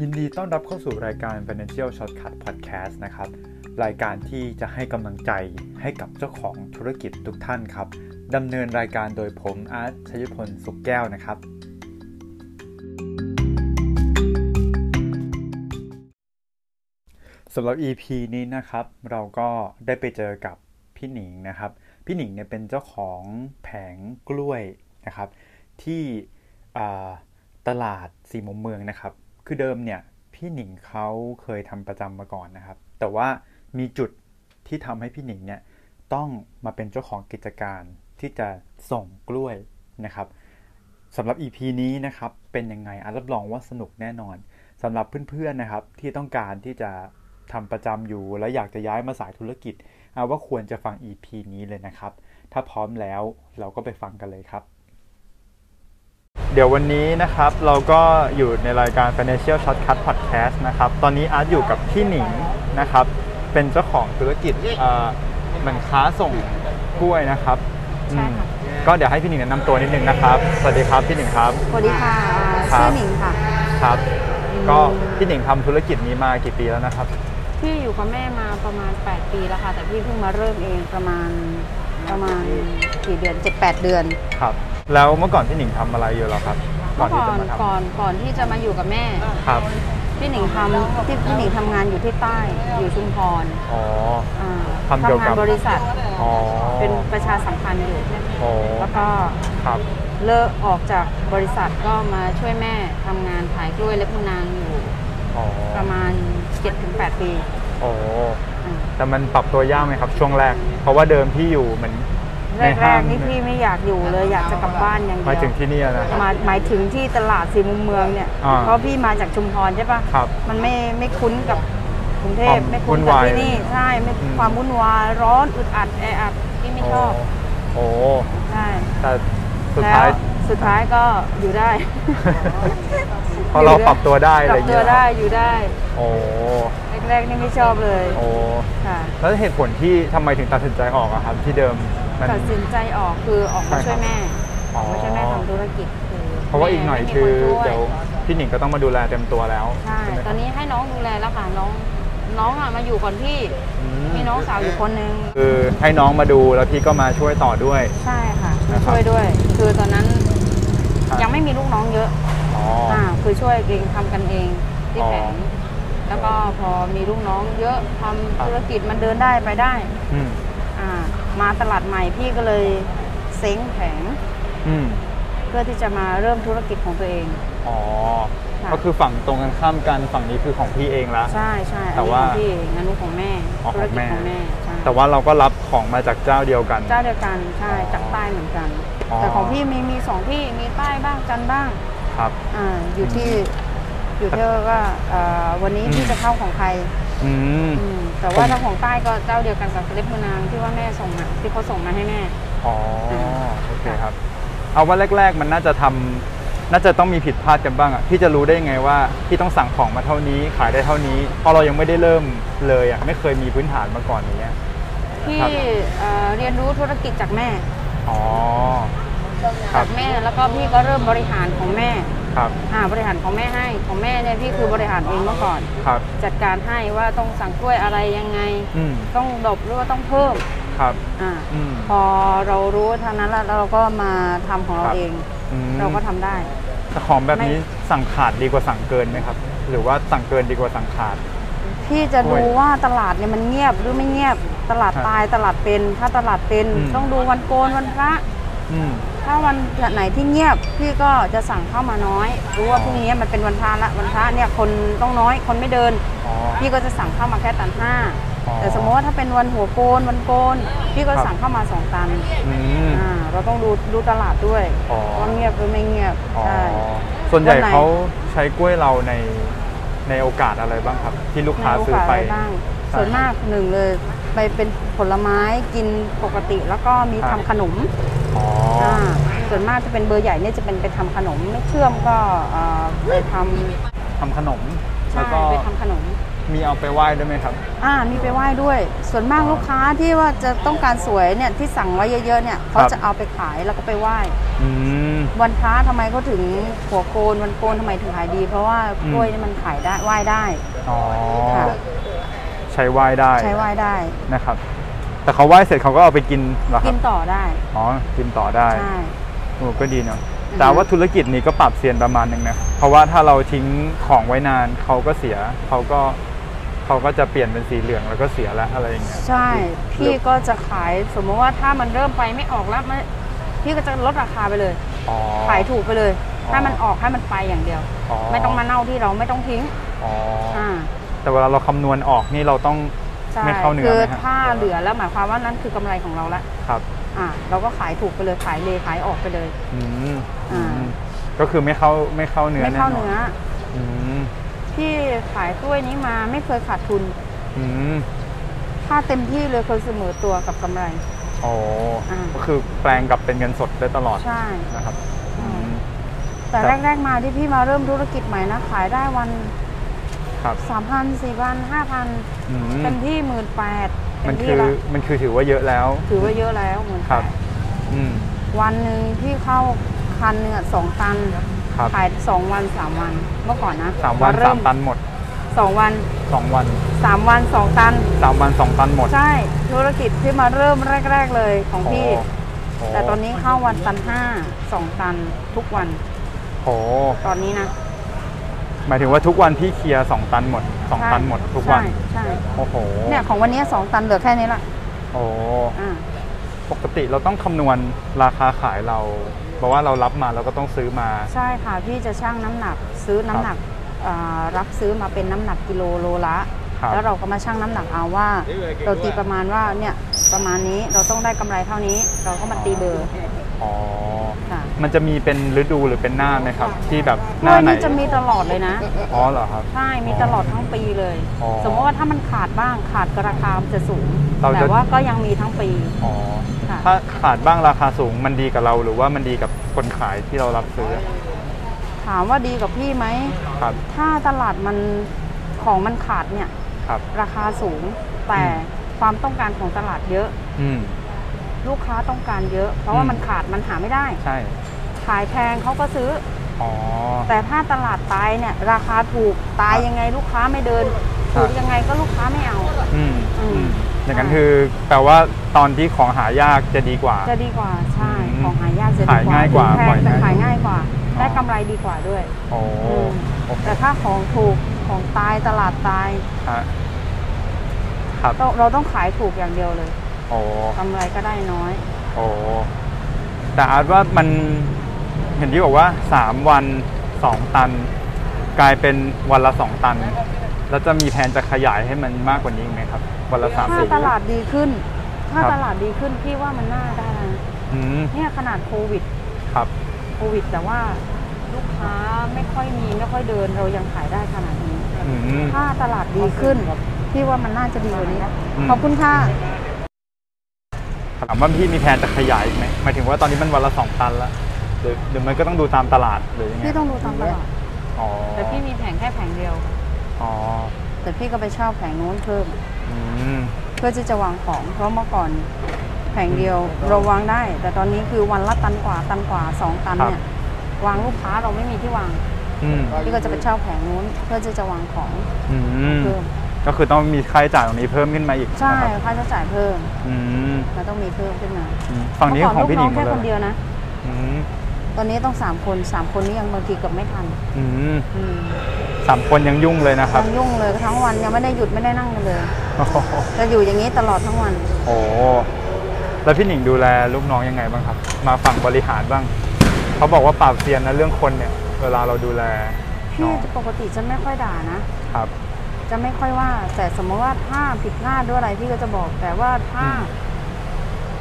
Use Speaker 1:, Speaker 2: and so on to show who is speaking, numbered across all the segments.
Speaker 1: ยินดีต้อนรับเข้าสู่รายการ Financial Shortcut Podcast นะครับ รายการที่จะให้กำลังใจให้กับเจ้าของธุรกิจทุกท่านครับดำเนินรายการโดยผมอาร์ตชัยพลสุขแก้วนะครับ สำหรับ EP นี้นะครับเราก็ได้ไปเจอกับพี่หนิงนะครับ พี่หนิงเนี่ยเป็นเจ้าของแผงกล้วยนะครับ ที่อ่าตลาดสี่มุมเมืองนะครับ คือเดิมเนี่ยพี่หนิงเขาเคยทำประจำมาก่อนนะครับ แต่ว่ามีจุดที่ทำให้พี่หนิงเนี่ยต้องมาเป็นเจ้าของกิจการที่จะส่งกล้วยนะครับสำหรับ EP นี้นะครับเป็นยังไงอ่ะรับรองว่าสนุกแน่นอน สำหรับเพื่อนๆนะครับที่ต้องการที่จะทำประจำอยู่ และอยากจะย้ายมาสายธุรกิจเอาว่าควรจะฟัง EP นี้เลยนะครับ ถ้าพร้อมแล้วเราก็ไปฟังกันเลยครับ เดี๋ยววันนี้นะครับเราก็อยู่ในรายการ Financial Shortcut Podcast นะครับ ตอนนี้อาร์ตอยู่กับพี่หนิงนะครับ เป็นเจ้าของธุรกิจเอ่อเหมือนค้าส่งกล้วยนะครับอืมก็เดี๋ยวให้พี่หนิงแนะนำตัวนิดนึงนะครับ สวัสดีครับพี่หนิงครับ
Speaker 2: สวัสดีค่ะ
Speaker 1: ครับ
Speaker 2: ชื่อหนิงค่ะ
Speaker 1: ครับ ก็พี่หนิงทำธุรกิจนี้มากี่ปีแล้วนะครับ
Speaker 2: พี่อยู่กับแม่มาประมาณ 8 ปีแล้วค่ะ แต่พี่เพิ่งมาเริ่มเองประมาณประมาณกี่เดือน 7-8 เดือน
Speaker 1: ครับ แล้วเมื่อก่อนพี่หนิงทำอะไรอยู่เหรอครับ ก่อนที่จะมาท
Speaker 2: ก่อนก่อนที่จะมาอยู่กับแม่
Speaker 1: ำครับ
Speaker 2: พี่หนิงทำที่พี่หนิงทำงานอยู่ที่ใต้อยู่ชุมพร
Speaker 1: อ๋อ
Speaker 2: อ่า
Speaker 1: ทำเกี่ยวกับ
Speaker 2: งานบริษัท
Speaker 1: อ๋อ
Speaker 2: เป็นประชาสัมพันธ์อยู่
Speaker 1: โอ้
Speaker 2: แล้วก็
Speaker 1: ครับ
Speaker 2: เลิกออกจากบริษัทก็มาช่วยแม่ทำงานขายกล้วยและพนางอยู่
Speaker 1: อ๋อ
Speaker 2: ประมาณ 7-8 ปี
Speaker 1: โอ้
Speaker 2: อ่า
Speaker 1: แต่มันปรับตัวยากไหมครับ ช่วงแรก เพราะว่าเดิมพี่อยู่เหมือน
Speaker 2: แรกๆนี่พี่ไม่อยากอยู่เลยอยากจะกลับบ้านอย่างเดี
Speaker 1: มาย
Speaker 2: ยว
Speaker 1: ถึงที่นี่นะครับ
Speaker 2: หมายหมายถึงที่ตลาดสี่มุมเมืองเนี่ย
Speaker 1: อ่า
Speaker 2: เพราะพี่มาจากชุมพรใช่ปะ
Speaker 1: ครับ
Speaker 2: มันไม่ไม่คุ้นกับกรุงเทพ
Speaker 1: ความ
Speaker 2: ไม่คุ้น
Speaker 1: วุ่น
Speaker 2: กับ
Speaker 1: วาย
Speaker 2: ที่นี่ใช่ไม่
Speaker 1: อืม
Speaker 2: ความวุ่นวายร้อนอึดอัดแออัดพี่ไม่ชอบ
Speaker 1: โอ้โอ้
Speaker 2: ใช่
Speaker 1: แต่สุด
Speaker 2: แล้ว
Speaker 1: ท้าย
Speaker 2: สุดท้ายก็อยู่ได้
Speaker 1: พอเราปรับตัวได้อะ
Speaker 2: ป
Speaker 1: ไร
Speaker 2: รั
Speaker 1: อบ ย่าง
Speaker 2: ตั
Speaker 1: เงี้
Speaker 2: วย ได้อยู่ได้
Speaker 1: โอ้
Speaker 2: แรกๆนี่ไม่ชอบเลย
Speaker 1: โอ้
Speaker 2: ค่ะ
Speaker 1: แล้วเหตุผลที่ทำไมถึงตัดสินใจออกอะครับ ที่เดิมมัน
Speaker 2: ตัดสินใจออกคือออกมา
Speaker 1: ใช่
Speaker 2: ช่
Speaker 1: ครั
Speaker 2: วย
Speaker 1: บ
Speaker 2: แม่
Speaker 1: อ๋อ
Speaker 2: มาช่วยแม่ทำธุรกิจคือ
Speaker 1: เพราะว่าอีกหน่อย
Speaker 2: แม่
Speaker 1: คือ
Speaker 2: ไม่มีนช่
Speaker 1: เดี๋ยวพี่หนิงก็ต้องมาดูแลเต็มตัวแล้ว
Speaker 2: ใช่
Speaker 1: ไหม
Speaker 2: ตอนนี้ให้น้องดูแลแล้วค่ะ น้อง น้องอ่ะมาอยู่ก่อนพี่
Speaker 1: อืม
Speaker 2: มีน้องสาวอยู่คนนึง
Speaker 1: คือให้น้องมาดูแล้วพี่ก็มาช่วยต่อด้วย
Speaker 2: ใช่ค่ะ
Speaker 1: นะครับ
Speaker 2: ช่วยด้วย คือตอนนั้น
Speaker 1: ครับ
Speaker 2: ยังไม่มีลูกน้องเยอะ
Speaker 1: อ๋ออ
Speaker 2: อ่า คือช่วยเองทำกันเองที่
Speaker 1: อ๋อ
Speaker 2: แผง แล้วก็พอมีลูกน้องเยอะทำ
Speaker 1: ครับ
Speaker 2: ธุรกิจมันเดินได้ไปได้
Speaker 1: อืม
Speaker 2: อ่า มาตลาดใหม่พี่ก็เลยเซ้งแผง
Speaker 1: อืม
Speaker 2: เพื่อที่จะมาเริ่มธุรกิจของตัวเอง
Speaker 1: อ๋อ
Speaker 2: ค่ะ
Speaker 1: ก็คือฝั่งตรงกันข้ามกันฝั่งนี้คือของพี่เองละ
Speaker 2: ใช่ใช่อั
Speaker 1: แต่
Speaker 2: นนี้ข
Speaker 1: ว่า
Speaker 2: องพี่งานนุของแม่
Speaker 1: อ๋อ
Speaker 2: ธุรกิจ
Speaker 1: ขอ
Speaker 2: ของ ง
Speaker 1: แม่
Speaker 2: แม่ใช่
Speaker 1: แต่ว่าเราก็รับของมาจากเจ้าเดียวกัน
Speaker 2: เจ้าเดียวกันใช่
Speaker 1: อ๋อ
Speaker 2: จากใต้เหมือนกัน
Speaker 1: อ๋อ
Speaker 2: แต่ของพี่มีมีสองที่มีใต้บ้างจันทร์บ้าง
Speaker 1: ครับ
Speaker 2: อ่าอยู่ที่อยู่ที่ว่าเอ่อวันนี้
Speaker 1: อืม
Speaker 2: พี่จะเข้าของใคร
Speaker 1: อืม
Speaker 2: อืมแต่
Speaker 1: ผ
Speaker 2: ว่าม ถ้าของใต้ก็เจ้าเดียวกันกับเล็บมือนางที่ว่าแม่ส่งมาที่เขาส่งมาให้แม่
Speaker 1: อ๋อ
Speaker 2: ค่ะ
Speaker 1: โอเคครับ เอาว่าแรก ๆ มันน่าจะทำน่าจะต้องมีผิดพลาดกันบ้างอะพี่จะรู้ได้ยังไงว่าพี่ต้องสั่งของมาเท่านี้ขายได้เท่านี้เพราะเรายังไม่ได้เริ่มเลยอะไม่เคยมีพื้นฐานมาก่อนอย่างเงี้ย
Speaker 2: ที่
Speaker 1: ครับ
Speaker 2: เอ่อเรียนรู้ธุรกิจจากแม่
Speaker 1: อ๋อ ครั
Speaker 2: จา
Speaker 1: บ
Speaker 2: กแม่แล้วก็พี่ก็เริ่มบริหารของแม่
Speaker 1: ครับ
Speaker 2: อ่าบริหารของแม่ให้ของแม่เนี่ยพี่คือบริหารเองเมื่อก่อน
Speaker 1: ครับ
Speaker 2: จัดการให้ว่าต้องสั่งกล้วยอะไรยังไง
Speaker 1: อืม
Speaker 2: ต้องดบหรือว่าต้องเพิ่ม
Speaker 1: ครับ
Speaker 2: อ่า
Speaker 1: อืม
Speaker 2: พอเรารู้เท่านั้นแล้วเราก็มาทำของเรา
Speaker 1: ครับ
Speaker 2: เอง
Speaker 1: อืม
Speaker 2: เราก็ทำได้
Speaker 1: แต่ของแบบนี้
Speaker 2: ไม่
Speaker 1: สั่งขาดดีกว่าสั่งเกินไหมครับ หรือว่าสั่งเกินดีกว่าสั่งขาด
Speaker 2: พี่จะ
Speaker 1: โอ้
Speaker 2: ดู
Speaker 1: ย
Speaker 2: ว่าตลาดเนี่ยมันเงียบหรือไม่เงียบตลาด
Speaker 1: ครับ
Speaker 2: ตายตลาดเป็น ถ้าตลาดเป็น
Speaker 1: อืม
Speaker 2: ต้องดูวันโกนวันพระ
Speaker 1: อืม
Speaker 2: ถ้าวันไหนที่เงียบ พี่ก็จะสั่งเข้ามาน้อย รู้ว่า
Speaker 1: อ๋อ
Speaker 2: พรุ่งนี้มันเป็นวันพระละวันพระเนี่ยคนต้องน้อยคนไม่เดิน
Speaker 1: อ๋อ
Speaker 2: พี่ก็จะสั่งเข้ามาแค่ตันห้า
Speaker 1: อ๋อ
Speaker 2: แต่สมมติว่าถ้าเป็นวันหัวโกนวันโกน พี่ก็
Speaker 1: ครับ
Speaker 2: สั่งเข้ามาสองตัน
Speaker 1: อืม
Speaker 2: อ่าเราต้องดูดูตลาดด้วย
Speaker 1: อ๋อ
Speaker 2: ว่าเงียบหรือไม่เงียบ
Speaker 1: อ๋อ
Speaker 2: ใช่
Speaker 1: ส่วนใหญ่
Speaker 2: วันไหน
Speaker 1: เขาใช้กล้วยเราในในโอกาสอะไรบ้างครับ ที่ลูกค้า
Speaker 2: ในโก
Speaker 1: ซื้อไป
Speaker 2: สะรบ้าง
Speaker 1: ใช่
Speaker 2: ส่วนมากหนึ่งเลยไปเป็นผลไม้กินปกติแล้วก็มี
Speaker 1: ครับ
Speaker 2: ทำขนม
Speaker 1: อ๋อ
Speaker 2: อ่าส่วนมากจะเป็นเบอร์ใหญ่เนี่ยจะเป็นไปทำขนมไม่เชื่อมก็เอ่อไปทำ
Speaker 1: ทำขนม
Speaker 2: ใช่
Speaker 1: แล้วก็
Speaker 2: ไปทำขนม
Speaker 1: มีเอาไปไหว้ด้วยไหมครับ
Speaker 2: อ่ามีไปไหว้ด้วย ส่วนมาก
Speaker 1: อ๋อ
Speaker 2: ลูกค้าที่ว่าจะต้องการสวยเนี่ยที่สั่งไว้เยอะๆเนี่ยเขา
Speaker 1: ครับ
Speaker 2: จะเอาไปขายแล้วก็ไปไหว้
Speaker 1: อืม
Speaker 2: วันพระทำไมเขาถึงหัวโกนวันโกนทำไมถึงขายดี เพราะว่ากล้วยเนี่ยมันขายได้ไหว้ได้
Speaker 1: อ๋อ
Speaker 2: ค่ะ
Speaker 1: ใช้ไหว้ได้
Speaker 2: ใช้ไหว้ได้
Speaker 1: นะครับ แต่เขาไหว้เสร็จเขาก็เอาไปกินเหรอค
Speaker 2: กิ
Speaker 1: รับ
Speaker 2: นต่อได้
Speaker 1: อ๋อ กินต่อได้
Speaker 2: ใช่
Speaker 1: โอ้ก็ดีเนาะ
Speaker 2: อือฮึ
Speaker 1: แต่ว่าธุรกิจนี้ก็ปรับเซียนประมาณหนึ่งนะ เพราะว่าถ้าเราทิ้งของไว้นานเขาก็เสีย เขาก็เขาก็จะเปลี่ยนเป็นสีเหลืองแล้วก็เสียละอะไรอย่างเงี้ย
Speaker 2: ใช่ พี่ก็จะขายสมมติว่าถ้ามันเริ่มไปไม่ออกแล้วมันพี่ก็จะลดราคาไปเลย
Speaker 1: อ๋อ
Speaker 2: ขายถูกไปเลย
Speaker 1: อ๋อ
Speaker 2: ถ้ามันออกให้มันไปอย่างเดียว ไม่ต้องมาเน่าที่เราไม่ต้องทิ้ง
Speaker 1: อ๋ออ
Speaker 2: อ่า
Speaker 1: แต่เวลาเราคำนวณออกนี่เราต้อง
Speaker 2: ใช่
Speaker 1: ไม่เข้าเนื้อ
Speaker 2: คือ
Speaker 1: ไหมฮะ
Speaker 2: ถ้าเหลือแล้วหมายความว่านั่นคือกำไรของเราละ
Speaker 1: ครับ
Speaker 2: อ่า เราก็ขายถูกไปเลยขายเลขายออกไปเลย
Speaker 1: อืม
Speaker 2: อ่า
Speaker 1: อืมก็คือไม่เข้าไม่เข้าเนื้อ
Speaker 2: ไม่
Speaker 1: แน่
Speaker 2: เข้าน
Speaker 1: อน
Speaker 2: เนื้อ
Speaker 1: อืม
Speaker 2: ที่ขายกล้วยนี้มาไม่เคยขาดทุน
Speaker 1: อืม
Speaker 2: ถ้าเต็มที่เลยคนเสมอตัวกับกำไร
Speaker 1: อ๋ออา ก็คือแปลงกลับเป็นเงินสดได้ตลอด
Speaker 2: ใช่
Speaker 1: นะครับอืม
Speaker 2: แต่
Speaker 1: ครับ
Speaker 2: แรก ๆ มาที่พี่มาเริ่มธุรกิจใหม่นะ ขายได้วัน
Speaker 1: ครับ
Speaker 2: สามพันสี่พันห้าพัน
Speaker 1: อืม
Speaker 2: เต็มที่หมื่นแปด
Speaker 1: มัน
Speaker 2: เต็ม
Speaker 1: คื
Speaker 2: ที่
Speaker 1: อ
Speaker 2: ละ
Speaker 1: มันคือถือว่าเยอะแล้ว
Speaker 2: ถือว่าเยอะแล้วหมื่น
Speaker 1: ครับ
Speaker 2: แปด
Speaker 1: อืม
Speaker 2: วันหนึ่งพี่เข้าคันเนี่ยสองตัน
Speaker 1: ครับ
Speaker 2: ขายสองวันสามวันเมื่อก่อนนะ
Speaker 1: สามวัน
Speaker 2: เริ่
Speaker 1: สามตันหมด
Speaker 2: สองวัน
Speaker 1: สองวัน
Speaker 2: สามวันสองตัน
Speaker 1: สามวันสองตันหมด
Speaker 2: ใช่ธุรกิจที่มาเริ่มแรก ๆ เลยของพี่
Speaker 1: โโห
Speaker 2: แต่ตอนนี้เข้าวันตันห้าสองตันทุกวัน
Speaker 1: โอ้โห
Speaker 2: ตอนนี้นะ
Speaker 1: หมายถึงว่าทุกวันพี่เคลียร์สองตันหมดสอง
Speaker 2: ใช่
Speaker 1: ตันหมดทุกวัน
Speaker 2: ใช่ใช่
Speaker 1: โอ้โห
Speaker 2: เนี่ยของวันนี้สองตันเหลือแค่นี้ละ
Speaker 1: โอ้
Speaker 2: อ่า
Speaker 1: ปกติเราต้องคำนวณราคาขายเราเพราะว่าเรารับมาเราก็ต้องซื้อมา
Speaker 2: ใช่ค่ะพี่จะชั่งน้ำหนักซื้อน้ำหนักอ่ารับซื้อมาเป็นน้ำหนักกิโลโลละ
Speaker 1: ครับ
Speaker 2: แล้วเราก็มาชั่งน้ำหนักเอาว่า เราตีประมาณว่าเนี่ยประมาณนี้เราต้องได้กำไรเท่านี้ เราก็มาตีเบอร์
Speaker 1: อ๋อ
Speaker 2: ค่ะ
Speaker 1: มันจะมีเป็นฤดูหรือเป็นหน้าไหมครับ ที่แบบห
Speaker 2: กล้
Speaker 1: น้า
Speaker 2: วย
Speaker 1: ไหน
Speaker 2: นี่จะมีตลอดเลยนะ
Speaker 1: อ๋อเหรอครับ
Speaker 2: ใช่ มีตลอดทั้งปีเลย
Speaker 1: อ๋อ
Speaker 2: สมมติว่าถ้ามันขาดบ้างขาดก็ราคามันจะสูง
Speaker 1: เราจะ
Speaker 2: แต่ว่าก็ยังมีทั้งปี
Speaker 1: อ๋อ
Speaker 2: ค่ะ
Speaker 1: ถ้าขาดบ้างราคาสูงมันดีกับเราหรือว่ามันดีกับคนขายที่เรารับซื้อ
Speaker 2: ถามว่าดีกับพี่ไหม
Speaker 1: ครับ
Speaker 2: ถ้าตลาดมันของมันขาดเนี่ย
Speaker 1: ครับ
Speaker 2: ราคาสูง แต่
Speaker 1: อื
Speaker 2: ความต้องการของตลาดเยอะ
Speaker 1: อืม
Speaker 2: ลูกค้าต้องการเยอะ เพราะว่า
Speaker 1: อืม
Speaker 2: มันขาดมันหาไม่ได้
Speaker 1: ใช่
Speaker 2: ขายแพงเขาก็ซื้อ
Speaker 1: อ๋อ
Speaker 2: แต่ถ้าตลาดตายเนี่ย ราคาถูกตาย
Speaker 1: ครับ
Speaker 2: ยังไงลูกค้าไม่เดิน
Speaker 1: ครับ
Speaker 2: ถูกยังไงก็ลูกค้าไม่เอา
Speaker 1: อืม
Speaker 2: อืม
Speaker 1: อืมอย่างนั้นคือแปลว่าตอนที่ของหายากจะดีกว่า
Speaker 2: จะดีกว่าใช่
Speaker 1: อืม
Speaker 2: ของหายากจะดี
Speaker 1: ขายง่ายกว่า
Speaker 2: แพ
Speaker 1: ปล่อ
Speaker 2: ง
Speaker 1: ย
Speaker 2: แต่
Speaker 1: ง่าย
Speaker 2: ขายง่ายกว่า
Speaker 1: อ๋อ
Speaker 2: ได้กำไรดีกว่าด้วย
Speaker 1: โอ้
Speaker 2: อืม
Speaker 1: โอเค
Speaker 2: แต่ถ้าของถูกของตายตลาดตาย
Speaker 1: ฮะครับ
Speaker 2: ต้องเราต้องขายถูกอย่างเดียวเลย
Speaker 1: โอ้
Speaker 2: กำไรก็ได้น้อย
Speaker 1: โอ้แต่อาร์ตว่ามันเห็นที่บอกว่าสามวันสองตัน กลายเป็นวันละสองตัน แล้วจะมีแผนจะขยายให้มันมากกว่านี้อีกไหมครับ วันละสาม
Speaker 2: ถ้า
Speaker 1: สี่
Speaker 2: ตลาดดีขึ้น ถ้า
Speaker 1: ครับ
Speaker 2: ตลาดดีขึ้นพี่ว่ามันน่าได้นะ
Speaker 1: อืม
Speaker 2: เนี่ยขนาดโควิด
Speaker 1: ครับ
Speaker 2: โควิด แต่ว่าลูกค้าไม่ค่อยมีไม่ค่อยเดินเรายังขายได้ขนาดนี้
Speaker 1: อืม
Speaker 2: ถ้าตลาดดีขึ้นพี่ว่ามันน่าจะดีกว่านี้
Speaker 1: อืม
Speaker 2: ขอบคุณค่ะ
Speaker 1: ถามว่าพี่มีแผนจะขยายอีกไหมหมายถึงว่าตอนนี้มันวันละสองตันละหรือหรือมันก็ต้องดูตามตลาดหรือยังไง
Speaker 2: พี่ต้องดูตามตลาด
Speaker 1: อ๋อ
Speaker 2: แต่พี่มีแผงแค่แผงเดียว
Speaker 1: อ๋อ
Speaker 2: แต่พี่ก็ไปเช่าแผงโน้นเพิ่ม
Speaker 1: อืม
Speaker 2: เพื่อที่จะวางของ เพราะเมื่อก่อนแผงเดียวเราวางได้ แต่ตอนนี้คือวันละตันกว่าตันกว่าสองตันเนี่ย วางลูกค้าเราไม่มีที่วาง
Speaker 1: อืม
Speaker 2: พี่ก็จะไปเช่าแผงนู้น เพื่อที่จะวางของ
Speaker 1: อืม
Speaker 2: เพิ่ม
Speaker 1: ก็คือต้องมีค่าใช้จ่ายตรงนี้เพิ่มขึ้นมาอีก
Speaker 2: ใช่
Speaker 1: นะครับ
Speaker 2: ค่าใช้จ่ายเพิ่ม
Speaker 1: อืม
Speaker 2: เราต้องมีเพิ่มขึ้นมา
Speaker 1: อืมฝั่งนี้
Speaker 2: เมื่
Speaker 1: ของ
Speaker 2: ก่
Speaker 1: พี่หนิงหม
Speaker 2: ลู
Speaker 1: ด
Speaker 2: กแค่
Speaker 1: เล
Speaker 2: คน
Speaker 1: ย
Speaker 2: เดียวนะ
Speaker 1: อืม
Speaker 2: ตอนนี้ต้องสามคนสามคนนี้ยังบางทีเกือบไม่ทัน
Speaker 1: อืม
Speaker 2: อืม
Speaker 1: สามคนยังยุ่งเลยนะครับ
Speaker 2: ยังยุ่งเลยทั้งวันยังไม่ได้หยุดไม่ได้นั่งกันเลย
Speaker 1: โอ้โห
Speaker 2: จะอยู่อย่างนี้ตลอดทั้งวัน
Speaker 1: โอ้โหแล้วพี่หนิงดูแลลูกน้องยังไงบ้างครับ มาฝั่งบริหารบ้าง เขาบอกว่าปราบเซียนนะเรื่องคนเนี่ย เวลาเราดูแลน้
Speaker 2: พี่
Speaker 1: อง
Speaker 2: ปกติจะไม่ค่อยด่านะ
Speaker 1: ครับ
Speaker 2: จะไม่ค่อยว่า แต่สมมติว่าถ้าผิดพลาดด้วยอะไรพี่ก็จะบอก แต่ว่าถ้า
Speaker 1: อื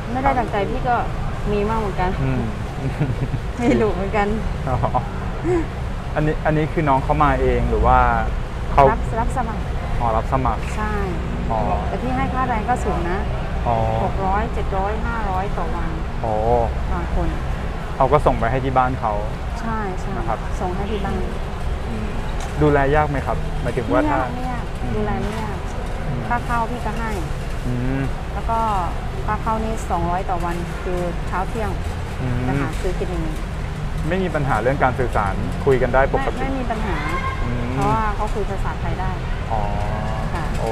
Speaker 1: ม
Speaker 2: ไม่ได้ดังใจพี่ก็มีมากเหมือนกัน
Speaker 1: อืม
Speaker 2: มีหลุเหมือนกัน
Speaker 1: อ๋ออันนี้อันนี้คือน้องเขามาเองหรือว่าเขา
Speaker 2: รับรับสมัคร
Speaker 1: อ๋อรับสมัคร
Speaker 2: ใช่
Speaker 1: อ๋อ
Speaker 2: แต่พี่ให้ค่าแรงก็สูงนะ
Speaker 1: อ๋อ
Speaker 2: 600 700 500 ต่อวัน
Speaker 1: โอ้
Speaker 2: บางคน
Speaker 1: เขาก็ส่งไปให้ที่บ้านเขา
Speaker 2: ใช่ใช่
Speaker 1: นะครับ
Speaker 2: ส่งให้ที่บ้าน
Speaker 1: ดูแลยากไหมครับหมายถึง
Speaker 2: ไม่
Speaker 1: ว่าย
Speaker 2: า
Speaker 1: ถ้าก
Speaker 2: ไม่ยาก
Speaker 1: อืม
Speaker 2: ดูแลไม่ยากค่าข้าวพี่ก็ให้
Speaker 1: อืม
Speaker 2: แล้วก็ค่าข้าวนี่200 ต่อวันคือเช้าเที่ยง
Speaker 1: อืม
Speaker 2: นะคะซื้อกินเอง
Speaker 1: ไม่มีปัญหาเรื่องการสื่อสารคุยกันได้ป
Speaker 2: ไม่
Speaker 1: กติ
Speaker 2: ไม่มีปัญหา
Speaker 1: อืม
Speaker 2: เพราะว่าเขาคุยภาษาไทยได้
Speaker 1: อ๋อ
Speaker 2: ค่ะ
Speaker 1: โอ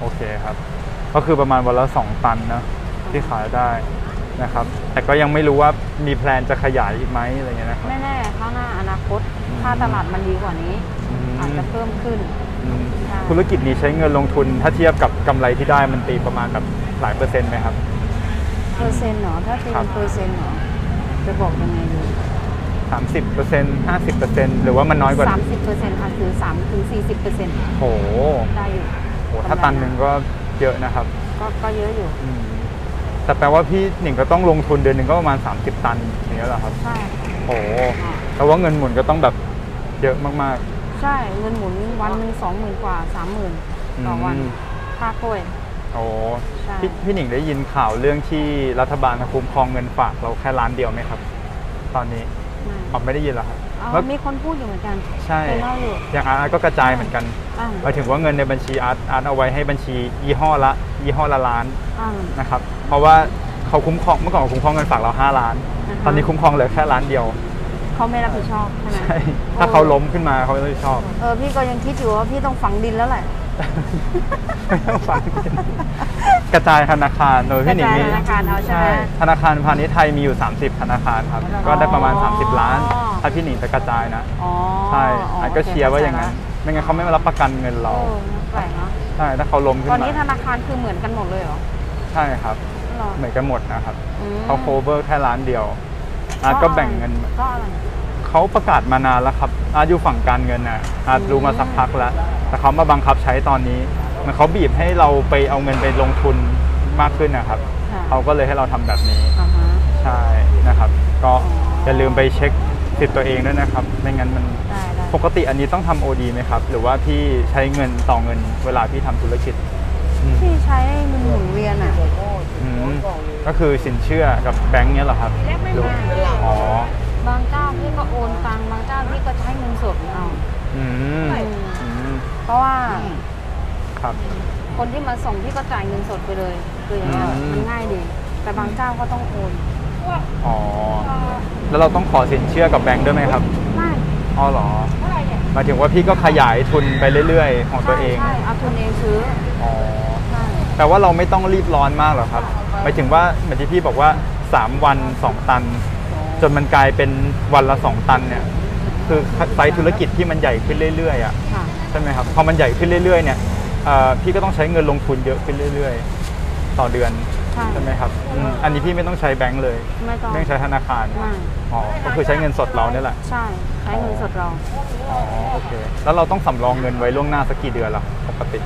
Speaker 1: โอเคครับ ก็คือประมาณวันละสองตันนะที่ขายได้นะครับ แต่ก็ยังไม่รู้ว่ามีแพลนจะขยายอีกไหมอะไรเงี้ยนะครับ
Speaker 2: ไม่แน่ข้างหน้าอนาคต
Speaker 1: อืม
Speaker 2: ถ้าตลาดมันดีกว่านี้
Speaker 1: อืม
Speaker 2: อาจจะเพิ่มขึ้น
Speaker 1: อืม
Speaker 2: ใช่
Speaker 1: ธุรกิจนี้ใช้เงินลงทุนถ้าเทียบกับกำไรที่ได้มันตีประมาณแบบหลายเปอร์เซ็นต์ไหมครับ
Speaker 2: เปอร์เซ็นต์เหรอถ้าตี
Speaker 1: ครั
Speaker 2: เป็
Speaker 1: บ
Speaker 2: นเปอร์เซ็นต์เหรอจะบอกยังไงดี
Speaker 1: สามสิบเปอร์เซ็นต์ห้าสิบเปอร์เซ็นต์หรือว่ามันน้อยกว่า
Speaker 2: สามสิบเปอร์เซ็นต์ค่ะคือสามถึงสี่สิบเปอร์เซ็นต์
Speaker 1: โห
Speaker 2: ได้อยู่
Speaker 1: โหถ้าตันหนึ่งก็เยอะนะครับ
Speaker 2: ก็ก็เยอะอยู่
Speaker 1: อืมแต่แปลว่าพี่หนิงก็ต้องลงทุนเดือนหนึ่งก็ประมาณ 30 ตันอย่างเนี้ยเหรอครับ
Speaker 2: ใช่ค่ะ
Speaker 1: โหแต่ว่าเงินหมุนก็ต้องแบบเยอะมากๆ
Speaker 2: ใช่เงินหมุนวันหนึ่งสองหมื่นกว่าสามหมื่นต่อวัน
Speaker 1: อืม
Speaker 2: ค่ากล้วย
Speaker 1: โอ้
Speaker 2: ใช่
Speaker 1: พี่พี่หนิงได้ยินข่าวเรื่องที่รัฐบาลคุ้มครองเงินฝากเราแค่ล้านเดียวไหมครับ ตอนนี้อ๋อไม่ได้ยินเหรอครับ
Speaker 2: เอา
Speaker 1: แล้ว
Speaker 2: มีคนพูดอยู่เหมือนกัน
Speaker 1: ใช่
Speaker 2: เคยเล่าอยู่
Speaker 1: อย่างอาร์ตก็กระจายเหมือนกัน
Speaker 2: อ่า
Speaker 1: หมายถึงว่าเงินในบัญชีอาร์ตอาร์ตเอาไว้ให้บัญชียี่ห้อละยี่ห้อละล้าน
Speaker 2: อ่า
Speaker 1: นะครับ เพราะว่าเขาคุ้มครองเมื่อก่อนเขาคุ้มครองเงินฝากเรา5ล้าน
Speaker 2: อ่าฮะ
Speaker 1: ตอนนี้คุ้มครองเหลือแค่ล้านเดียว
Speaker 2: เขาไม่รับผิดชอบใช่ไหม
Speaker 1: ใช่ถ้าเขาล้มขึ้นมาเขาไม่รับผิดชอบ
Speaker 2: เออพี่ก็ยังคิดอยู่ว่าพี่ต้องฝังดินแล้วแหละ
Speaker 1: ไม่ต้องฟังกระจายธนาคารโดยพี่หนิงมี
Speaker 2: กระจายธนาคารเอาใช่ไหม
Speaker 1: ธนาคารพาณิชย์ไทยมีอยู่ 30 ธนาคารครับ
Speaker 2: อ๋อ
Speaker 1: ก็ได้ประมาณ
Speaker 2: อ๋อ
Speaker 1: 30 ล้าน ถ้าพี่หนิงจะกระจายนะ
Speaker 2: อ๋อ
Speaker 1: ใช่อันก็เชียร์ว่าอย่างนั้น ไม่งั้นเขาไม่มารับประกันเงิน
Speaker 2: เอ
Speaker 1: เรา
Speaker 2: อแปลกเนาะ
Speaker 1: ใช่ ถ้าเขาล้มขึ้
Speaker 2: ตอน
Speaker 1: น
Speaker 2: นี้ธ
Speaker 1: มา
Speaker 2: นาคารคือเหมือนกันหมดเลยเหรอ
Speaker 1: ใช่ครับ
Speaker 2: เหรอ
Speaker 1: เหมือนกันหมดนะครับ
Speaker 2: อืม
Speaker 1: เขาโคเวอร์แค่ล้านเดียวอาร์ตก็แบ่งเงิน
Speaker 2: ก็อะไร
Speaker 1: เขาประกาศมานานแล้วครับ อาร์ตอยู่ฝั่งการเงินนะอาร์ตรู้มาสักพักแล้ว แต่เขามาบังคับใช้ตอนนี้เหมันเขาบีบให้เราไปเอาเงินไปลงทุนมากขึ้นนะครับ
Speaker 2: ค่ะ
Speaker 1: เขาก็เลยให้เราทำแบบนี้
Speaker 2: อ่าฮะ
Speaker 1: ใช่นะครับ ก็
Speaker 2: อ
Speaker 1: อ
Speaker 2: อ
Speaker 1: ย่าลืมไปเช็คสิทธิ์ตัวเองด้วยนะครับ ไม่งั้นมัน
Speaker 2: ได้ได้
Speaker 1: ปกติอันนี้ต้องทำ OD ไหมครับ หรือว่าพี่ใช้เงินต่อเงินเวลาพี่ทำธุรกิจ
Speaker 2: ที่ใช้เงินหมุนเวียนอ่ะ
Speaker 1: อืมก็คือสินเชื่อกับแบงก์เนี้ยเหรอครับ
Speaker 2: แลกไม่
Speaker 1: หรือ
Speaker 2: มา
Speaker 1: อ๋อบ
Speaker 2: างเจ้าพี่ก็โอนตังค์บางเจ้าพี่ก็ใช้เงินสดเอา
Speaker 1: อืมอืม
Speaker 2: เพราะว่า
Speaker 1: ครับ
Speaker 2: คนที่มาส่งพี่ก็จ่ายเงินสดไปเลยคืออย่างเงี้ย
Speaker 1: อืม
Speaker 2: มันง่ายดี แต่บางเจ้าก็ต้องโอน
Speaker 1: อ๋อแล้วเราต้องขอสินเชื่อกับแบงก์ด้วยไหมครับ
Speaker 2: ไม่
Speaker 1: อ๋อเหรอหมายถึงว่าพี่ก็ขยายทุนไปเรื่อยๆ ของตัว
Speaker 2: ใช่
Speaker 1: เอง
Speaker 2: ใช่เอาทุนเองซื้อ
Speaker 1: อ๋อ
Speaker 2: ใช่
Speaker 1: แปลว่าเราไม่ต้องรีบร้อนมากหรอครับ หมายถึงว่าเหมือนที่พี่บอกว่า 3 วัน 2 ตัน จนมันกลายเป็นวันละ 2 ตันเนี่ย คือไซส์ธุรกิจที่มันใหญ่ขึ้นเรื่อยๆอ่ะ
Speaker 2: ค่ะ
Speaker 1: ใช่ไหมครับ พอมันใหญ่ขึ้นเรื่อยๆเนี่ยเอ่อพี่ก็ต้องใช้เงินลงทุนเยอะขึ้นเรื่อยๆ ต่อเดือน
Speaker 2: ใช่
Speaker 1: ใช่ไหมครับอืมอันนี้พี่ไม่ต้องใช้แบงก์เลย
Speaker 2: ไม่ต้อง
Speaker 1: ไม่ต้องใช้ธนาคาร
Speaker 2: ไม่
Speaker 1: อ๋อก็คือใช้เงินสดเราเนี่ยแหละ
Speaker 2: ใช่ใช้เงินสดเรา
Speaker 1: อ๋อโอเคแล้วเราต้องสำรองเงินไว้ล่วงหน้าสักกี่เดือนล่ะปกติ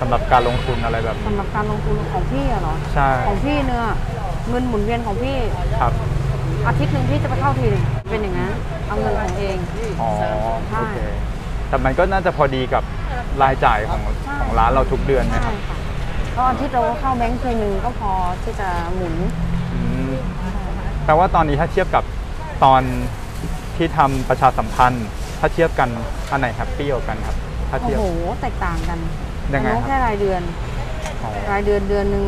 Speaker 1: สำหรับการลงทุนอะไรแบบนี้
Speaker 2: สำหรับการลงทุนของพี่อะเหรอ
Speaker 1: ใช่
Speaker 2: ของพี่เนี่ยเงินหมุนเวียนของพี่
Speaker 1: ครับ
Speaker 2: อาทิตย์หนึ่งพี่จะไปเข้าทีหนึงเป็นอย่างนั้นเอาเงินของเอง
Speaker 1: อ๋อ
Speaker 2: ใช่
Speaker 1: โอเคแต่มันก็น่าจะพอดีกับรายจ่ายของ
Speaker 2: ใช่
Speaker 1: ของร้านเราทุกเดือนนะค
Speaker 2: ใช่
Speaker 1: รับ
Speaker 2: ค่ะก็อาทิตย์เราก็เข้าแบงค์ทีหนึ่งก็พอที่จะหมุน
Speaker 1: อืมแต่ว่าตอนนี้ถ้าเทียบกับตอนที่ทำประชาสัมพันธ์ ถ้าเทียบกันอันไหนแฮปปี้กว่ากันครับ ถ้า
Speaker 2: โอ้
Speaker 1: เทียบ
Speaker 2: โหแตกต่างกัน
Speaker 1: ยังไง
Speaker 2: อันนู้น
Speaker 1: ค
Speaker 2: แค่
Speaker 1: รับ
Speaker 2: รายเดือน
Speaker 1: อ๋อ
Speaker 2: รายเดือนเดือนหนึ่ง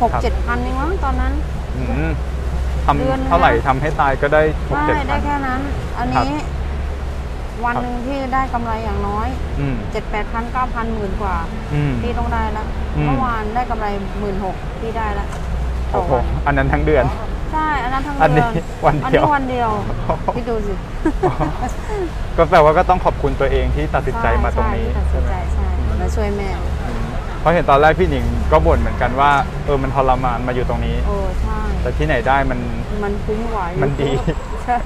Speaker 2: หก
Speaker 1: ครับ
Speaker 2: เจ็ดพันเองมั้งตอนนั้น
Speaker 1: อืม
Speaker 2: เดือน
Speaker 1: ทำ
Speaker 2: นะ
Speaker 1: เท่าไหร่ทำให้ตายก็ได้หก
Speaker 2: ได้
Speaker 1: เจ็ดพั
Speaker 2: ได้
Speaker 1: น
Speaker 2: แค่นั้น อัน
Speaker 1: ครับ
Speaker 2: นี้ วันหนึ่งที่ได้กำไรอย่างน้อย
Speaker 1: อืม
Speaker 2: เจ็ดแปดพันเก้าพันหมื่นกว่า
Speaker 1: อืม
Speaker 2: พี่ต้องได้ละ
Speaker 1: อืม
Speaker 2: เมื่อวานได้กำไรหมื่นหกพี่ได้ละต่
Speaker 1: โอ้
Speaker 2: อ
Speaker 1: โห
Speaker 2: วัน
Speaker 1: อันนั้นทั้งเดือน
Speaker 2: ใช่ อันนั้นทั้ง
Speaker 1: อัน
Speaker 2: เดื
Speaker 1: นี้
Speaker 2: อน
Speaker 1: วัน
Speaker 2: อัน
Speaker 1: เดีย
Speaker 2: นี้
Speaker 1: ว
Speaker 2: วันเดี ยวพี่ดูสิ
Speaker 1: ก็แปลว่าก็ต้องขอบคุณตัวเองที่ตัดสินใจมาตรงนี้
Speaker 2: ใช่ตัดสิ
Speaker 1: ใช่ไหม
Speaker 2: นใจใช่มาช่วยแม่
Speaker 1: เพราะเห็นตอนแรกพี่หนิงก็บ่นเหมือนกันว่าเออมันทรมานมาอยู่ตรงนี้
Speaker 2: โอ้ใช่
Speaker 1: แต่ที่ไหนได้ มัน
Speaker 2: มันคุ้มกว่าอยู่
Speaker 1: มันดี
Speaker 2: ใช่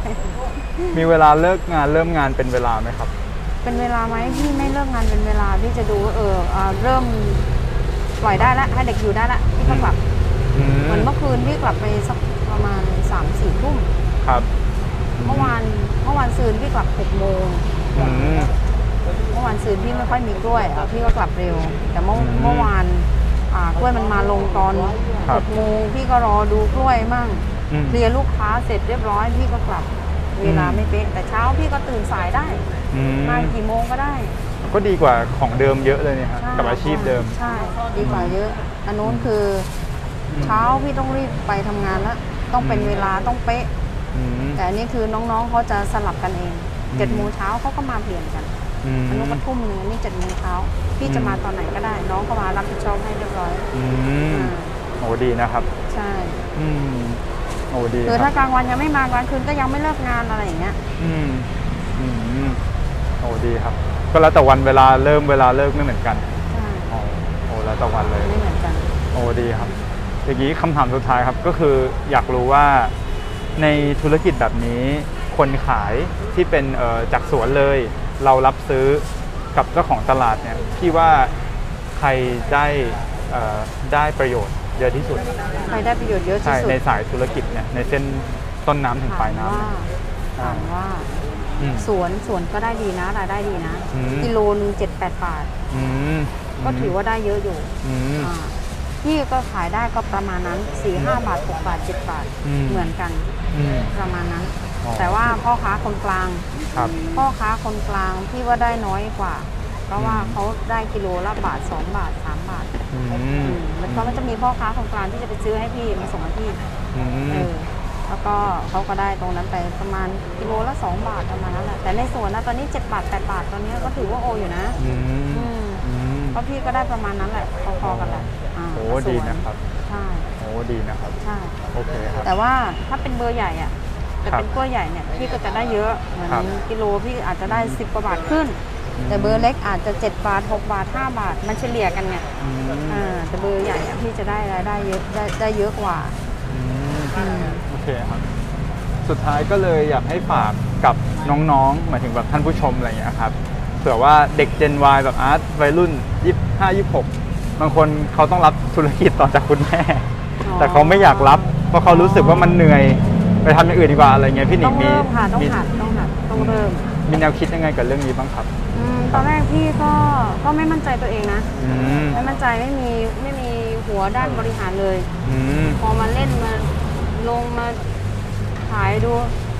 Speaker 1: มีเวลาเลิกงานเริ่มงานเป็นเวลาไหมครับ
Speaker 2: เป็นเวลาไหมพี่ไม่เลิกงานเป็นเวลาพี่จะดูว่าเอออ่าเริ่มปล่อยได้ละให้เด็กอยู่ได้ละพี่ก็กลับ
Speaker 1: อืม
Speaker 2: เหมือนเมื่อคืนพี่กลับไปสักประมาณ3ามสี่ทุ่ม
Speaker 1: ครับ
Speaker 2: เมื่อวานเมื่อวานซืนพี่กลับ6กโมง
Speaker 1: อืม
Speaker 2: เมื่อวานซืนพี่ไม่ค่อยมีกล้วยอ่ะพี่ก็กลับเร็ว แต่เมื่อ
Speaker 1: อืม
Speaker 2: เมื่อวานอ่ากล้วยมันมาลงตอน
Speaker 1: ครั
Speaker 2: ห
Speaker 1: บ
Speaker 2: กโมงพี่ก็รอดูกล้วยมั่ง
Speaker 1: อืม
Speaker 2: เคลียร์ลูกค้าเสร็จเรียบร้อยพี่ก็กลับ เวลา
Speaker 1: อืม
Speaker 2: ไม่เป๊ะแต่เช้าพี่ก็ตื่นสายได้
Speaker 1: อืม
Speaker 2: มากี่โมงก็ได้
Speaker 1: โอ ก็ดีกว่าของเดิมเยอะเลยเนี่ยครับ
Speaker 2: ใช่
Speaker 1: กับอาชีพเดิม
Speaker 2: ใช่ดีกว่าเยอะอันนู้นคืออ
Speaker 1: ม
Speaker 2: เช้าพี่ต้องรีบไปทำงานแล้วต้องเป็น
Speaker 1: อืม
Speaker 2: เวลาต้องเป๊ะ
Speaker 1: อืม
Speaker 2: แต่อันนี้คือน้องๆเขาจะสลับกันเอง
Speaker 1: อืม
Speaker 2: เจ็ดโมงเช้าเขาก็มาเปลี่ยนกัน
Speaker 1: อืม
Speaker 2: อันนู้นมาทุ่มหนึงอันนี้เจ็ดโมงเช้าพี่
Speaker 1: อืม
Speaker 2: จะมาตอนไหนก็ได้ น้องเขามารับผิดชอบให้เรียบร้อย
Speaker 1: อืม
Speaker 2: อ่า
Speaker 1: โอ้ดีนะครับ
Speaker 2: ใช่
Speaker 1: อืมโอ้ดี
Speaker 2: คือ
Speaker 1: ครั
Speaker 2: ถ้า
Speaker 1: บ
Speaker 2: กลางวันยังไม่มากลางคืนก็ยังไม่เลิกงานอะไรอย่างเงี้ย
Speaker 1: อืมอืมโอ้ดีครับ ก็แล้วแต่วันเวลาเริ่มเวลาเลิกไม่เหมือนกัน
Speaker 2: ใช่
Speaker 1: โอ้โอ้แล้วแต่วันเลย
Speaker 2: ไม่เหมือนกัน
Speaker 1: โอ้ดีครับอย่างนี้คำถามสุดท้ายครับก็คืออยากรู้ว่าในธุรกิจแบบนี้ คนขายที่เป็นเอ่อจากสวนเลย เรารับซื้อกับเจ้าของตลาดเนี่ยพี่ว่าใครได้เอ่อได้ประโยชน์เยอะที่สุด
Speaker 2: ใครได้ประโยชน์เยอะที่
Speaker 1: ใช่
Speaker 2: สุด
Speaker 1: ในสายธุรกิจเนี่ยในเส้นต้นน้ำถึงปลายน้ำ
Speaker 2: ถาม
Speaker 1: เนี่ย
Speaker 2: ว่าถามว่า
Speaker 1: อืม
Speaker 2: สวนสวนก็ได้ดีนะรายได้ดีนะ
Speaker 1: อืม
Speaker 2: กิโลนึงเจ็ดแปดบาท
Speaker 1: อืม
Speaker 2: ก็ถือว่าได้เยอะอยู่
Speaker 1: อืม
Speaker 2: อ่าพี่ก็ขายได้ก็ประมาณนั้นสี่ห้าบาทหกบาทเจ็ดบาท
Speaker 1: อืม
Speaker 2: เหมือนกัน
Speaker 1: อืม
Speaker 2: ประมาณนั้น
Speaker 1: อ๋อ
Speaker 2: แต่ว่าพ่อค้าคนกลาง
Speaker 1: ครับ
Speaker 2: พ่อค้าคนกลางพี่ว่าได้น้อยกว่า เพราะว่า
Speaker 1: อืม
Speaker 2: เขาได้กิโลละบาทสองบาทสามบาท
Speaker 1: อื
Speaker 2: อื
Speaker 1: ม
Speaker 2: มแล้วก็มันจะมีพ่อค้าคนกลางที่จะไปซื้อให้พี่มาส่งให้พี่
Speaker 1: อื
Speaker 2: เอ
Speaker 1: ม
Speaker 2: อแล้วก็เขาก็ได้ตรงนั้นไปประมาณกิโลละสองบาทประมาณนั้นแหละแต่ในสวนนะตอนนี้เจ็ดบาทแปดบาทตอนนี้ก็ถือว่าโออยู่นะ
Speaker 1: อืม
Speaker 2: อืม
Speaker 1: อืม
Speaker 2: เพราะพี่ก็ได้ประมาณนั้นแหละพอๆกันแหละา
Speaker 1: โอ้
Speaker 2: ก็สวย
Speaker 1: ดีนะครับ
Speaker 2: ใช่
Speaker 1: โอ้ดีนะครับ
Speaker 2: ใช่
Speaker 1: โอเคครับ
Speaker 2: แต่ว่าถ้าเป็นเบอร์ใหญ่อะแต่เป็
Speaker 1: ค
Speaker 2: น
Speaker 1: รับ
Speaker 2: กล้วยใหญ่เนี่ยพี่ก็จะได้เยอะเหมือน
Speaker 1: ครับ
Speaker 2: กิโลพี่อาจจะได้ 10กว่าบาทขึ้น
Speaker 1: อืม
Speaker 2: แต่เบอร์เล็กอาจจะ7บาท6บาท5บาทมันเฉลี่ยกันไง
Speaker 1: อืม
Speaker 2: อ่าแต่เบอร์ใหญ่อะพี่จะได้รายได้เยอะได้ได้เยอะกว่า
Speaker 1: อืม
Speaker 2: อืม
Speaker 1: โอเคครับ สุดท้ายก็เลยอยากให้ฝากกับน้องๆหมายถึงแบบท่านผู้ชมอะไรอย่างเงี้ยครับเผื่อว่าเด็ก Gen Y แบบอาร์ตวัยรุ่นยี่ห้ายี่หกบางคนเขาต้องรับธุรกิจต่อจากคุณแม่ แต่เขาไม่อยากรับ เพราะเขารู้สึกว่ามันเหนื่อย ไปทำอย่างอื่นดีกว่าอะไรเงี้ยพี่หนิ
Speaker 2: ต้อง ง
Speaker 1: มี
Speaker 2: เริ่มค่ะต้อง
Speaker 1: มี
Speaker 2: หัดต้องหัดต้องเริ่ม
Speaker 1: มีแนวคิดยังไงกับเรื่องนี้บ้างครับ
Speaker 2: อืมตอนแรกพี่ก็ก็ไม่มั่นใจตัวเองนะ
Speaker 1: อืม
Speaker 2: ไม่มั่นใจไม่มีไม่มีหัวด้านบริหารเลย
Speaker 1: อืม
Speaker 2: พอมาเล่นมาลงมาขายดู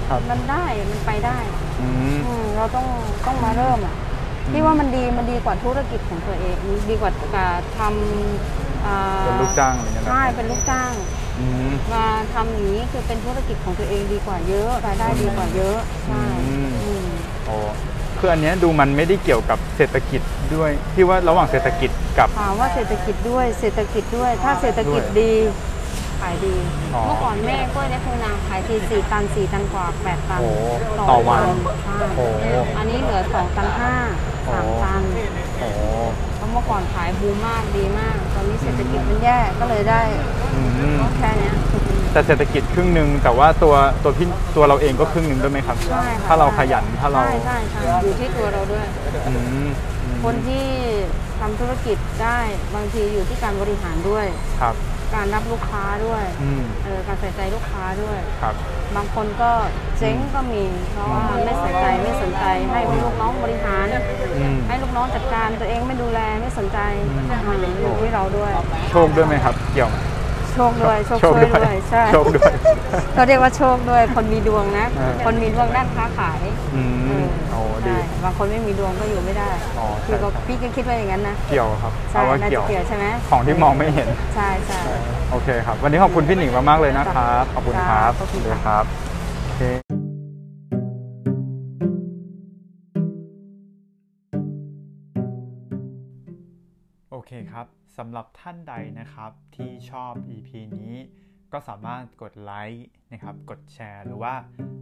Speaker 1: ครับ
Speaker 2: มันได้มันไปได้
Speaker 1: อืม
Speaker 2: อืมเราต้องต้องมาเริ่มอ่ะ
Speaker 1: อืม
Speaker 2: ที่ว่ามันดีมันดีกว่าธุรกิจของตัวเองดีกว่าการทำอ่า
Speaker 1: เป็นลูกจ้างอะไรเงี้ยนะ
Speaker 2: ใช่เป็นลูกจ้าง
Speaker 1: อืม
Speaker 2: มาทำอย่างนี้คือเป็นธุรกิจของตัวเองดีกว่าเยอะรายได้ดีกว่าเยอะใช่อืม
Speaker 1: โอ้คืออันเนี้ยดูมันไม่ได้เกี่ยวกับเศรษฐกิจด้วยที่ว่าระหว่างเศรษฐกิจกับ
Speaker 2: ถามว่าเศรษฐกิจด้วยเศรษฐกิจด้วย ถ้าเศรษฐกิจ
Speaker 1: ด้วย
Speaker 2: ดีขายดี
Speaker 1: อ๋อ
Speaker 2: เมื่อก่อนแม่กล้วยและพงนางขายทีสี่ตันสี่ตันกว่าแปดตัน
Speaker 1: โอ้ต่อวัน
Speaker 2: ใช่
Speaker 1: โอ้โห
Speaker 2: อันนี้เหลือสองตันห้าสาม
Speaker 1: อ๋อ
Speaker 2: ตัน
Speaker 1: โอ้
Speaker 2: เพราะเมื่อก่อนขายบูมมากดีมาก ตอนนี้เศรษฐกิจมันแย่ก็เลยได้
Speaker 1: อืม
Speaker 2: แค่เนี้ย
Speaker 1: แต่เศรษฐกิจครึ่งหนึ่งแต่ว่าตัวตัวพี่ตัวเราเองก็ครึ่งหนึ่งด้วยไหมครับ
Speaker 2: ใช่ค่ะ
Speaker 1: ถ้าเรา
Speaker 2: ใช่
Speaker 1: ขยันถ้าเรา
Speaker 2: ใช่ใช่ใช่อยู่ที่ตัวเราด้วย
Speaker 1: อืม
Speaker 2: คนที่ทำธุรกิจได้บางทีอยู่ที่การบริหารด้วย
Speaker 1: ครับ
Speaker 2: การรับลูกค้าด้วย
Speaker 1: อืม
Speaker 2: เออการใส่ใจลูกค้าด้วย
Speaker 1: ครับ
Speaker 2: บางคนก็เจ๊งก็มี เพราะว่าไม่ใส่ใจไม่สนใจให้ลูกน้องบริหาร
Speaker 1: อืม
Speaker 2: ให้ลูกน้องจัดการตัวเองไม่ดูแลไม่สนใจอ่าอยู่ที่เราด้วย
Speaker 1: โชคด้วยไหมครับ เกี่ยวไหม
Speaker 2: โชคด้วยโชคช่วยด้วย ใช่
Speaker 1: โชคด้วย
Speaker 2: เขาเรียกว่าโชคด้วยคนมีดวงนะ
Speaker 1: อ่า
Speaker 2: คนมีดวงด้านค้าขาย
Speaker 1: อื
Speaker 2: เอ
Speaker 1: ม
Speaker 2: อ
Speaker 1: โอ้ดี
Speaker 2: ใช่บางคนไม่มีดวงก็อยู่ไม่ได้
Speaker 1: อ๋อใช่
Speaker 2: พี่ก็
Speaker 1: ครับ
Speaker 2: พี่ก็คิดว่าอย่างนั้นนะ
Speaker 1: เกี่ยวครับเพ
Speaker 2: ใช่
Speaker 1: ราะว่า
Speaker 2: น่า
Speaker 1: เกี่ย
Speaker 2: จะ
Speaker 1: ว
Speaker 2: เกี่ยวใช่ไหม
Speaker 1: ของที่มองไม่เห็น
Speaker 2: ใช่ใช่
Speaker 1: โอเคครับ วันนี้ขอบคุณพี่หนิงมากๆเลยนะครับ ขอบคุณครับ
Speaker 2: ขอบคุณ
Speaker 1: เล
Speaker 2: ค่ะ
Speaker 1: ยครับโอเคโอเคครับสำหรับท่านใดนะครับที่ชอบ EP นี้ ก็สามารถกดไลค์นะครับ กดแชร์ หรือว่า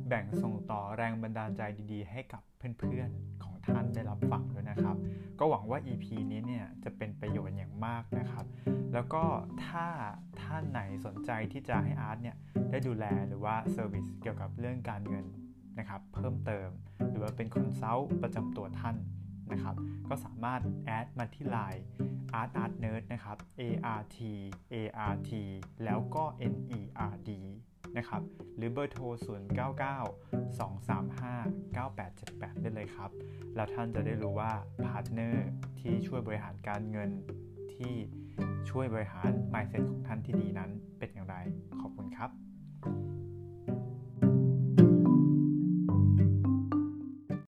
Speaker 1: แบ่งส่งต่อแรงบันดาลใจดีๆ ให้กับเพื่อนๆของท่านได้รับฟังด้วยนะครับ ก็หวังว่า EP นี้เนี่ยจะเป็นประโยชน์อย่างมากนะครับ แล้วก็ถ้าท่านไหนสนใจที่จะให้อาร์ตเนี่ยได้ดูแลหรือว่าเซอร์วิสเกี่ยวกับเรื่องการเงินนะครับเพิ่มเติม หรือว่าเป็นคอนซัลท์ประจำตัวท่านนะครับ ก็สามารถแอดมาที่ Line art art nerd นะครับ a r t a r t แล้วก็ n e r d นะครับ หรือเบอร์โทร 0 9 9 2 3 5 9 8 7 8 ได้เลยครับ แล้วท่านจะได้รู้ว่าพาร์ทเนอร์ที่ช่วยบริหารการเงินที่ช่วยบริหาร mindset ของท่านที่ดีนั้นเป็นอย่างไร ขอบคุณครับ